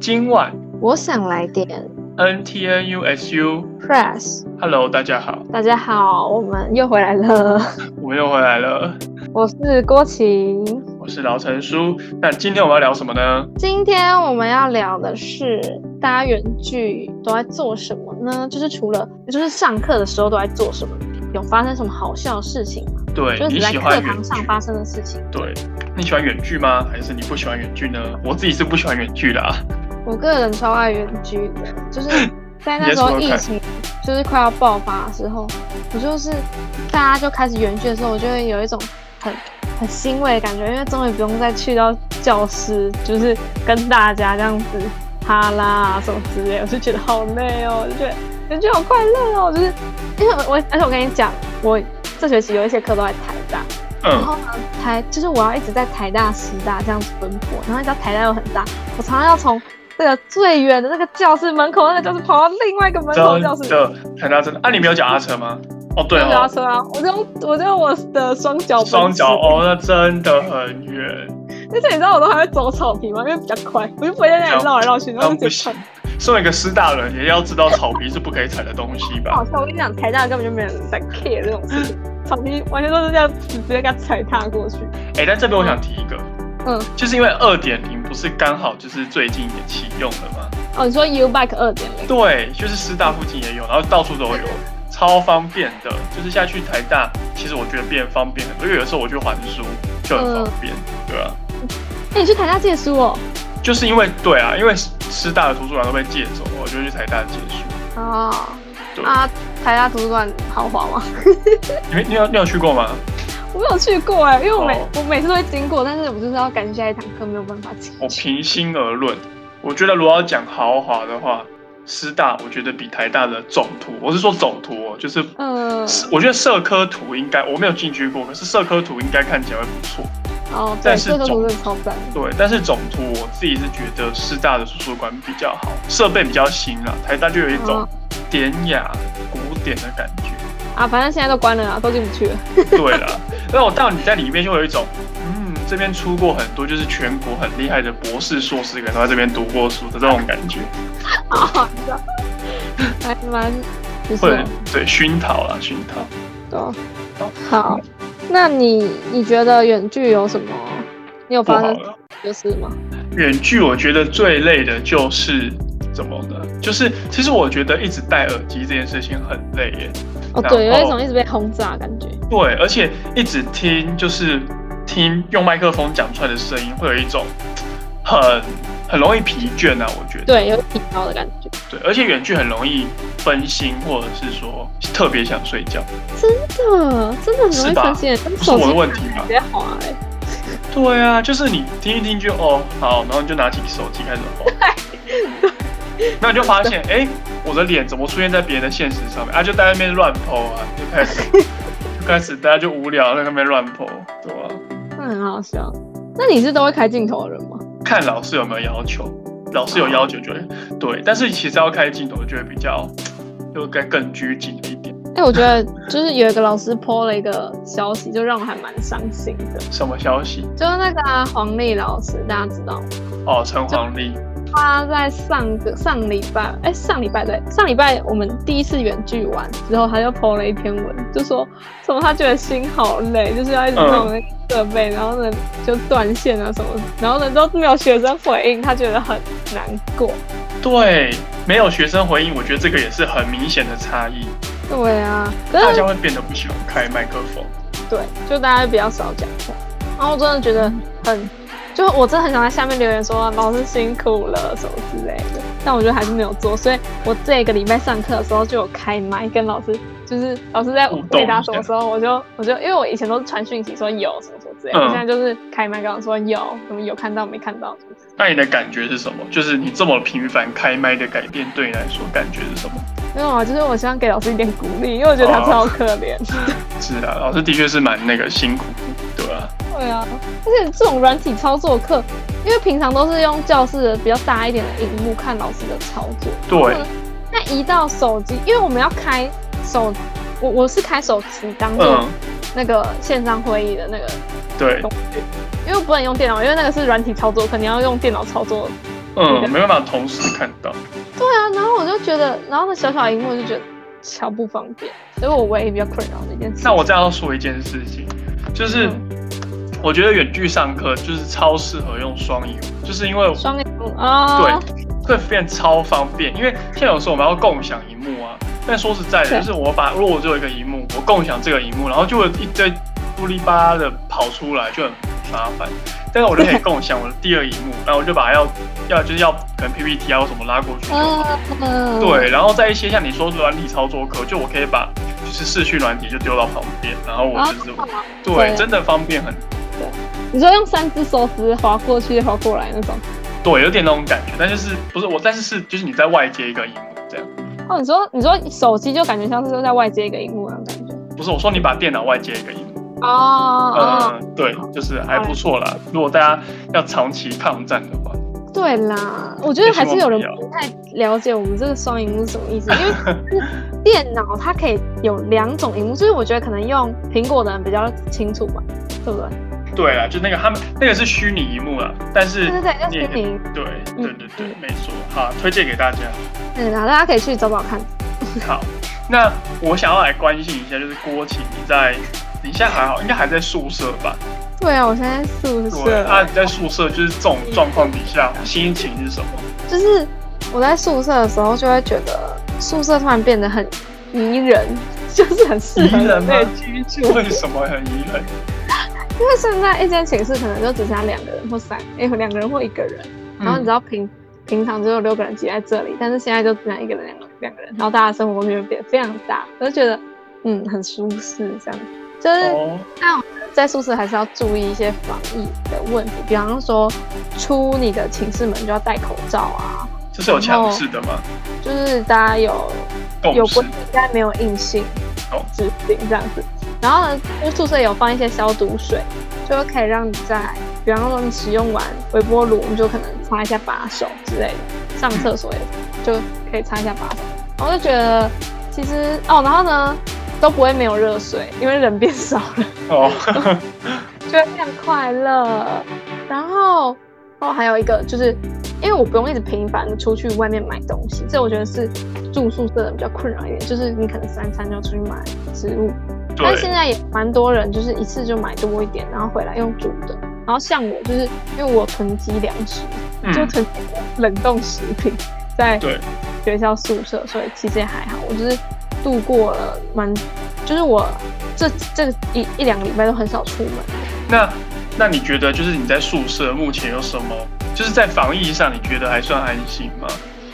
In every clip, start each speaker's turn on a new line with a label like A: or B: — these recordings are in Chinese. A: 今晚
B: 我想来点
A: N T N U S U。
B: press。
A: Hello，大家好，
B: 大家好，我们又回来了，
A: 我们又回来了，
B: 我是郭晴。
A: 我是老陈叔。那今天我们要聊什么呢？
B: 今天我们要聊的是大家远距都在做什么呢？就是除了就是上课的时候都在做什么，有发生什么好笑的事情吗？
A: 对
B: 就是
A: 你
B: 只在
A: 喜
B: 课
A: 欢远
B: 堂
A: 距
B: 上？发生的事情。
A: 对，你喜欢远距吗？还是你不喜欢远距呢？我自己是不喜欢远距的、啊。
B: 我个人超爱远距的，就是在
A: 你
B: 那
A: 在
B: 时
A: 什
B: 候
A: 么
B: 疫
A: 看
B: 情就是快要爆发的时候，我就是大家就开始远距的时候，我就会有一种很很欣慰的感觉，因为终于不用再去到教室，就是跟大家这样子哈啦啊什么之类的，我就觉得好累哦，我就觉得远距好快乐哦，就是因为我而且我跟你讲，我这学期有一些课都在台大，然
A: 嗯，
B: 后呢，台就是我要一直在台大、师大这样子奔波，然后你知道台大又很大，我常常要从这个最远的那个教室门口那个教室跑到另外一个门口的教室，
A: 真的，台大真的。啊，你没有脚踏车吗？哦，对
B: 坐脚踏
A: 哦，
B: 车啊，我就用我就用我的双脚奔驰
A: 双脚，哦，那真的很远，
B: 而且你知道我都还会走草坪吗？因为比较快，我就不会在那里绕来绕去，然
A: 那
B: 后就
A: 不
B: 直接
A: 行
B: 看。。
A: 身为一个师大人，也要知道草皮是不可以踩的东西吧
B: 好？笑，我跟你讲，台大根本就没有人在 care 这种事情，草坪完全都是这样子直接给它踩踏过去。
A: 哎、但这边我想提一个，
B: 嗯，
A: 就是因为二点零不是刚好就是最近也启用了吗？
B: 哦，你说 U Bike 二点零，
A: 对，就是师大附近也有，然后到处都有，超方便的。就是下去台大，其实我觉得变方便很多，因为有时候我去还书就很方便，对啊，
B: 哎，你去台大借书哦？
A: 就是因为对啊，因为师大的图书馆都被借走，我就去台大借书。
B: 哦，
A: 对，
B: 啊，台大图书馆豪华吗？
A: 你们你有你有去过吗？
B: 我没有去过哎、因为我每、
A: 哦
B: 我每次都会经过，但是我就是要赶下一堂课，没有办法进
A: 我
B: 去。
A: 平心而论，我觉得如果要讲豪华的话，师大我觉得比台大的总图，我是说总图哦，就是
B: 嗯，
A: 是我觉得社科图应该我没有进去过，可是社科图应该看起来会不错。
B: 哦，对，
A: 但是
B: 这个图
A: 总
B: 是超赞的。
A: 对，但是总图我自己是觉得师大的图书馆比较好，设备比较新啦，台大就有一种
B: 嗯
A: 典雅古典的感觉。
B: 啊，反正现在都关了啊，都进不去了。
A: 对啦，那我到你在里面就会有一种，嗯，这边出过很多就是全国很厉害的博士、硕士，可能都在这边读过书的这种感觉，
B: 好好笑，还蛮不错
A: 会。哦对熏陶啦，熏陶。
B: 对啊，好，那你你觉得远距有什么？你有
A: 不
B: 发
A: 好
B: 生
A: 了。
B: 的事吗？
A: 远距我觉得最累的就是怎么呢？就是其实我觉得一直戴耳机这件事情很累耶。
B: 哦，
A: 然
B: 对，有一
A: 后
B: 种一直被轰炸的感觉。
A: 对，而且一直听就是听用麦克风讲出来的声音，会有一种很很容易疲倦啊，我觉得。
B: 对，有疲劳的感觉。
A: 对，而且远距很容易分心，或者是说特别想睡觉，
B: 真的，真的很容
A: 是
B: 易
A: 吧
B: 分心，跟
A: 不是
B: 手
A: 我的
B: 机
A: 问题吧
B: 直？接滑哎、
A: 对啊，就是你听一听就哦好，然后你就拿起手机开始滑，那你就发现哎、诶我的脸怎么出现在别人的现实上面啊？就在那边乱剖啊，就开 始就开始大家就无聊在那边乱剖，对啊吧、
B: 那很好笑。那你是都会开镜头的人吗？
A: 看老师有没有要求，老师有要求就会对，但是其实要开镜头就会比较就该更拘谨一点。
B: 哎、我觉得就是有一个老师 PO 了一个消息，就让我还蛮伤心的。
A: 什么消息？
B: 就是那个啊、黄丽老师，大家知道吗？
A: 哦，陈黄丽，
B: 她在上个上礼拜，哎、上礼拜对，上礼拜我们第一次远距完之后，她就 PO 了一篇文，就说什么她觉得心好累，就是要一直
A: 嗯
B: 弄那个设备，然后呢就断线啊什么，然后呢都没有学生回应，她觉得很难过。
A: 对，没有学生回应，我觉得这个也是很明显的差异，
B: 对啊，可是
A: 大家会变得不喜欢开麦克风。
B: 对，就大家比较少讲话。然后我真的觉得很，就我真的很想在下面留言说老师辛苦了什么之类的，但我觉得还是没有做，所以我这个礼拜上课的时候就有开麦跟老师，就是老师在
A: 互动
B: 回答
A: 一
B: 什
A: 下
B: 么时候，我就我就因为我以前都是传讯息说有什么什么之类的，
A: 嗯
B: 我现在就是开麦跟老师说有什么有看到没看到什么之类的。
A: 那你的感觉是什么？就是你这么频繁开麦的改变，对你来说感觉是什么？
B: 没有啊，就是我希望给老师一点鼓励，因为我觉得他
A: 哦
B: 超可怜。
A: 是啊，老师的确是蛮那个辛苦，对啊，
B: 对啊，而且这种软体操作课，因为平常都是用教室的比较大一点的荧幕看老师的操作。
A: 对，
B: 那移到手机，因为我们要开手，我我是开手机当做
A: 嗯，
B: 那个线上会议的那个
A: 对
B: 工具，因为我不能用电脑，因为那个是软体操作课，可能要用电脑操作
A: 嗯，没办法同时看到。
B: 对啊，然后我就觉得，然后那小小荧幕我就觉得超不方便，所以我唯一比较困扰的一件事情。
A: 那我再要说一件事情，就是
B: 嗯
A: 我觉得远距上课就是超适合用双荧幕，就是因为
B: 双荧幕啊，
A: 对，会变超方便。因为像有时候我们要共享荧幕啊，但说实在的，
B: 对
A: 就是我把如果我只有一个荧幕，我共享这个荧幕，然后就会一堆乌哩巴的跑出来，就很麻烦。但是我 就可以共享我的第二荧幕，然后我就把它要要就是要可能 PPT 啊或什么拉过去就好。
B: 嗯，
A: 对，然后在一些像你说的软体操作课，就我可以把就是视讯软体就丢到旁边，然后我就是、对，
B: 哦对
A: 真的方便很多
B: 你说用三只手指划过去、划过来那种。
A: 对，有点那种感觉，但就是不是我，但是是就是你在外接一个荧幕这样，
B: 哦，你说你说手机就感觉像是在外接一个荧幕那种感觉。
A: 不是我说你把电脑外接一个荧幕，嗯、
B: 哦，
A: 对，就是还不错啦。如果大家要长期抗战的话，
B: 对啦，我觉得还是有人不太了解我们这个双荧幕是什么意思，因 为是电脑它可以有两种荧幕，就是我觉得可能用苹果的人比较清楚吧，对不对？
A: 对啊啦，就那个他们那个是虚拟荧幕啦，啊但是
B: 对对对，
A: 你
B: 就
A: 也
B: 是
A: 可以
B: 你，
A: 对对对对
B: 嗯，
A: 没错，好，推荐给大家。
B: 对啦，大家可以去找找看。
A: 好，那我想要来关心一下，就是郭琴，你在你现在还好，应该还在宿舍吧？
B: 对啊，我现在宿
A: 对，
B: 舍，
A: 啊，你在宿舍就是这种状况底下，心情是什么？
B: 就是我在宿舍的时候就会觉得宿舍突然变得很宜人，就是很适
A: 宜
B: 合
A: 人吗
B: 人类居住。
A: 为什么很宜人？
B: 因为现在一间寝室可能就只剩下两个人或三，哎、有两个人或一个人。然后你知
A: 道，
B: 道平、平常只有六个人挤在这里，但是现在就只剩下一个人、两个两个人，然后大家的生活空间变得非常大，我就觉得嗯很舒适这样。就是
A: 哦，
B: 在宿舍还是要注意一些防疫的问题，比方说出你的寝室门就要戴口罩啊，
A: 这是有强势的吗？
B: 就是大家有有
A: 共识
B: 规定，应该没有硬性
A: 好
B: 指定这样子。然后呢，因为宿舍有放一些消毒水，就可以让你在，比方说你使用完微波炉，你就可能擦一下把手之类的，上厕所也就可以擦一下把手。然后就觉得其实哦，然后呢都不会没有热水，因为人变少了，
A: 哦，
B: 就会非常快乐。然后哦，还有一个就是。因为我不用一直频繁的出去外面买东西，这我觉得是住宿舍的比较困扰一点，就是你可能三餐就要出去买食物，但 现
A: 对，
B: 在也蛮多人就是一次就买多一点，然后回来用煮的。然后像我就是因为我囤积粮食，就
A: 嗯，
B: 囤积冷冻食品在
A: 对
B: 学校宿舍，所以其实也还好。我就是度过了蛮，就是我这这一一两个礼拜都很少出门。
A: 那那你觉得就是你在宿舍目前有什么？就是在防疫上，你觉得还算安心吗？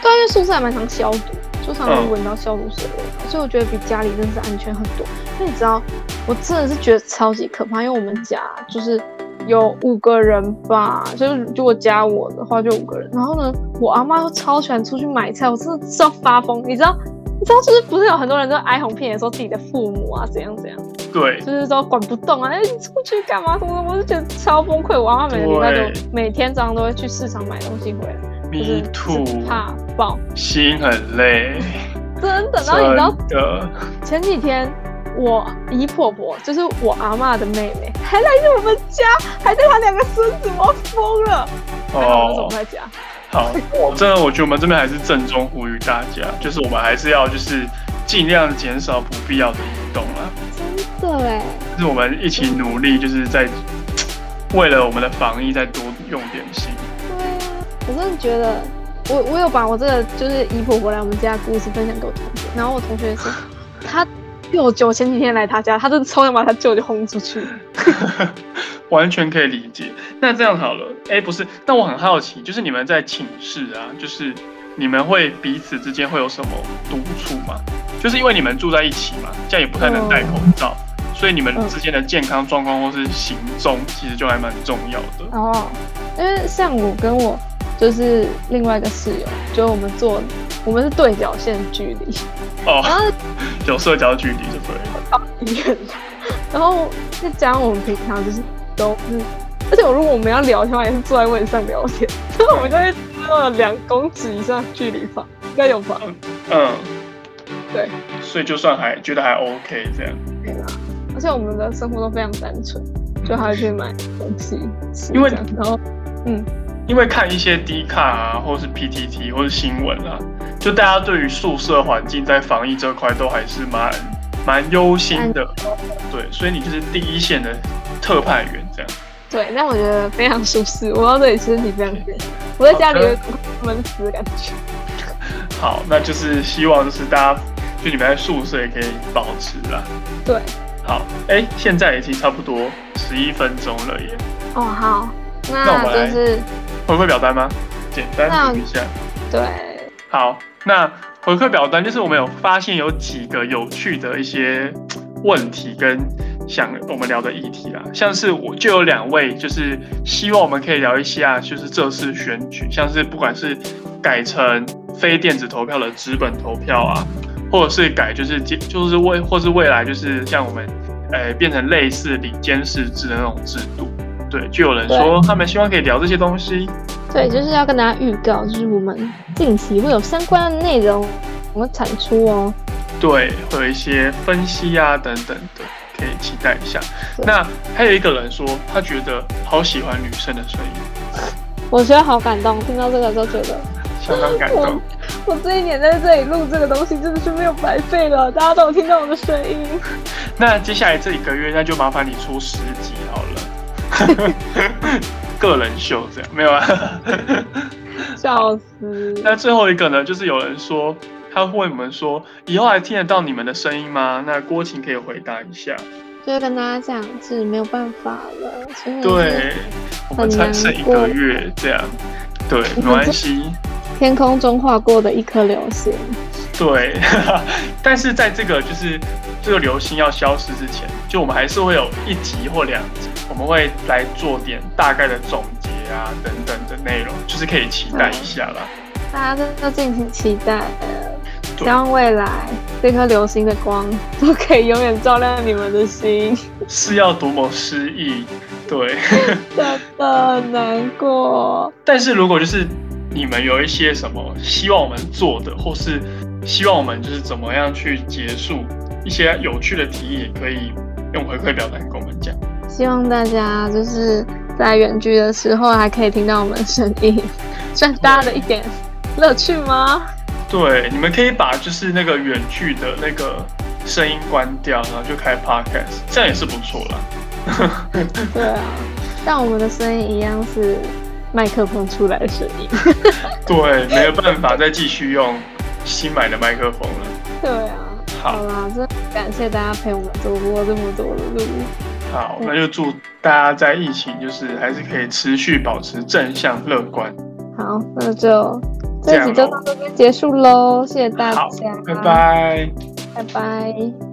B: 对啊，因为宿舍还蛮常消毒，就常常
A: 嗯
B: 闻到消毒水的味道，所以我觉得比家里真的是安全很多。因为你知道，我真的是觉得超级可怕，因为我们家就是有五个人吧，就是如果加我的话就五个人。然后呢，我阿妈又超喜欢出去买菜，我真的是要发疯。你知道，你知道，就是不是有很多人都哀鸿遍野说自己的父母啊怎样怎样，
A: 对，
B: 就是都管不动啊，哎、你出去干嘛什么的，我就觉得超崩溃。我阿妈每个礼拜
A: 对
B: 都每天早上都会去市场买东西回来，就
A: me
B: 是
A: too，
B: 是怕爆。
A: 心很累，
B: 真的。 然后你知道
A: 真的。
B: 前几天我姨婆婆，就是我阿嬷的妹妹，还来我们家，还带她两个孙子，我要疯了。还好那时候
A: 哦
B: 不，在家。
A: 好，我真的我觉得我们这边还是郑重呼吁大家，就是我们还是要就是尽量减少不必要的移动啊，
B: 对哎，
A: 就是我们一起努力，就是在为了我们的防疫再多用点心。
B: 对啊，我真的觉得。我我有把我这个就是姨婆婆来我们家的故事分享给我同学，然后我同学说， 他舅舅前几天来他家，他真的超想把他舅舅轰出去。
A: 完全可以理解。那这样好了，哎、不是，但我很好奇，就是你们在寝室啊，就是你们会彼此之间会有什么独处吗？就是因为你们住在一起嘛，这样也不太能戴口罩，所以你们之间的健康状况或是行踪，其实就还蛮重要的。
B: 哦，因为像我跟我就是另外一个室友，就我们坐我们是对角线距 离，然
A: 哦，
B: 后
A: 有社交距离就对了。
B: 医院， 然后再加上我们平常就是都是，而且我如果我们要聊天的话，也是坐在位置上聊天， 所以我们就会到两公尺以上的距离吧，应该有吧？
A: 嗯，
B: 对，
A: 所以就算还觉得还 OK 这样，
B: 对啦。而且我们的生活都非常单纯，就还会去买东西吃，
A: 因为
B: 这样然后
A: 因为看一些 D 卡啊，或是 PTT 或是新闻啊，就大家对于宿舍环境在防疫这块都还是蛮蛮忧心的，对，所以你就是第一线的特派员这样。
B: 对，但我觉得非常舒适。我到这里身体非常远，我在家里有一种闷死的感觉。
A: 好，那就是希望就是大家就你们在宿舍也可以保持啦。
B: 对，
A: 好，哎、现在已经差不多十一分钟了耶，
B: 哦好，
A: 那
B: 那
A: 我们来
B: 就是
A: 回馈表单吗？简单读一下。
B: 对，
A: 好，那回馈表单就是我们有发现有几个有趣的一些嘖问题跟想我们聊的议题啦，像是我就有两位就是希望我们可以聊一下，就是这次选举，像是不管是改成非电子投票的纸本投票啊，或者是改就是接就是未或是未来就是像我们呃变成类似里监事制的那种制度，对，就有人说他们希望可以聊这些东西，
B: 对，就是要跟大家预告，就是我们近期会有相关的内容我们产出哦。
A: 对，会有一些分析啊等等的，可以期待一下。
B: 对
A: 那还有一个人说，他觉得好喜欢女生的声音，
B: 我觉得好感动，听到这个时候觉得
A: 相当感
B: 我
A: 动。
B: 我这一年在这里录这个东西真的是没有白费了，大家都有听到我的声音。
A: 那接下来这一个月，那就麻烦你出十集好了，个人秀这样没有啊？
B: 笑死！
A: 那最后一个呢，就是有人说。他问我们说：“以后还听得到你们的声音吗？”那郭琴可以回答一下。
B: 就是跟大家讲是没有办法了，真的是
A: 对，我们才剩一个月这样，对，没关系。
B: 天空中划过的一颗流星。
A: 对， 但是在这个就是这个流星要消失之前，就我们还是会有一集或两集，我们会来做点大概的总结啊等等的内容，就是可以期待一下啦。
B: 大家真的敬请期待，
A: 对
B: 希望未来这颗流星的光都可以永远照亮你们的心。
A: 是要多么失意，对。
B: 真的难过，
A: 但是如果就是你们有一些什么希望我们做的，或是希望我们就是怎么样去结束一些有趣的提议，也可以用回馈表单跟我们讲。
B: 希望大家就是在远距的时候还可以听到我们的声音，算大家的一点乐趣吗？
A: 对，你们可以把就是那个远距的那个声音关掉，然后就开 podcast，这样也是不错啦。
B: 对啊，但我们的声音一样是麦克风出来的声音。
A: 对，没有办法再继续用新买的麦克风了。
B: 对啊，
A: 好
B: 好啦，真的感谢大家陪我们走过这么多的路。
A: 好，那就祝大家在疫情就是还是可以持续保持正向乐观。
B: 好，那就
A: 这
B: 这
A: 样
B: 一集就
A: 咯
B: 到这边结束喽，谢谢大
A: 好
B: 家，
A: 拜拜。
B: 拜拜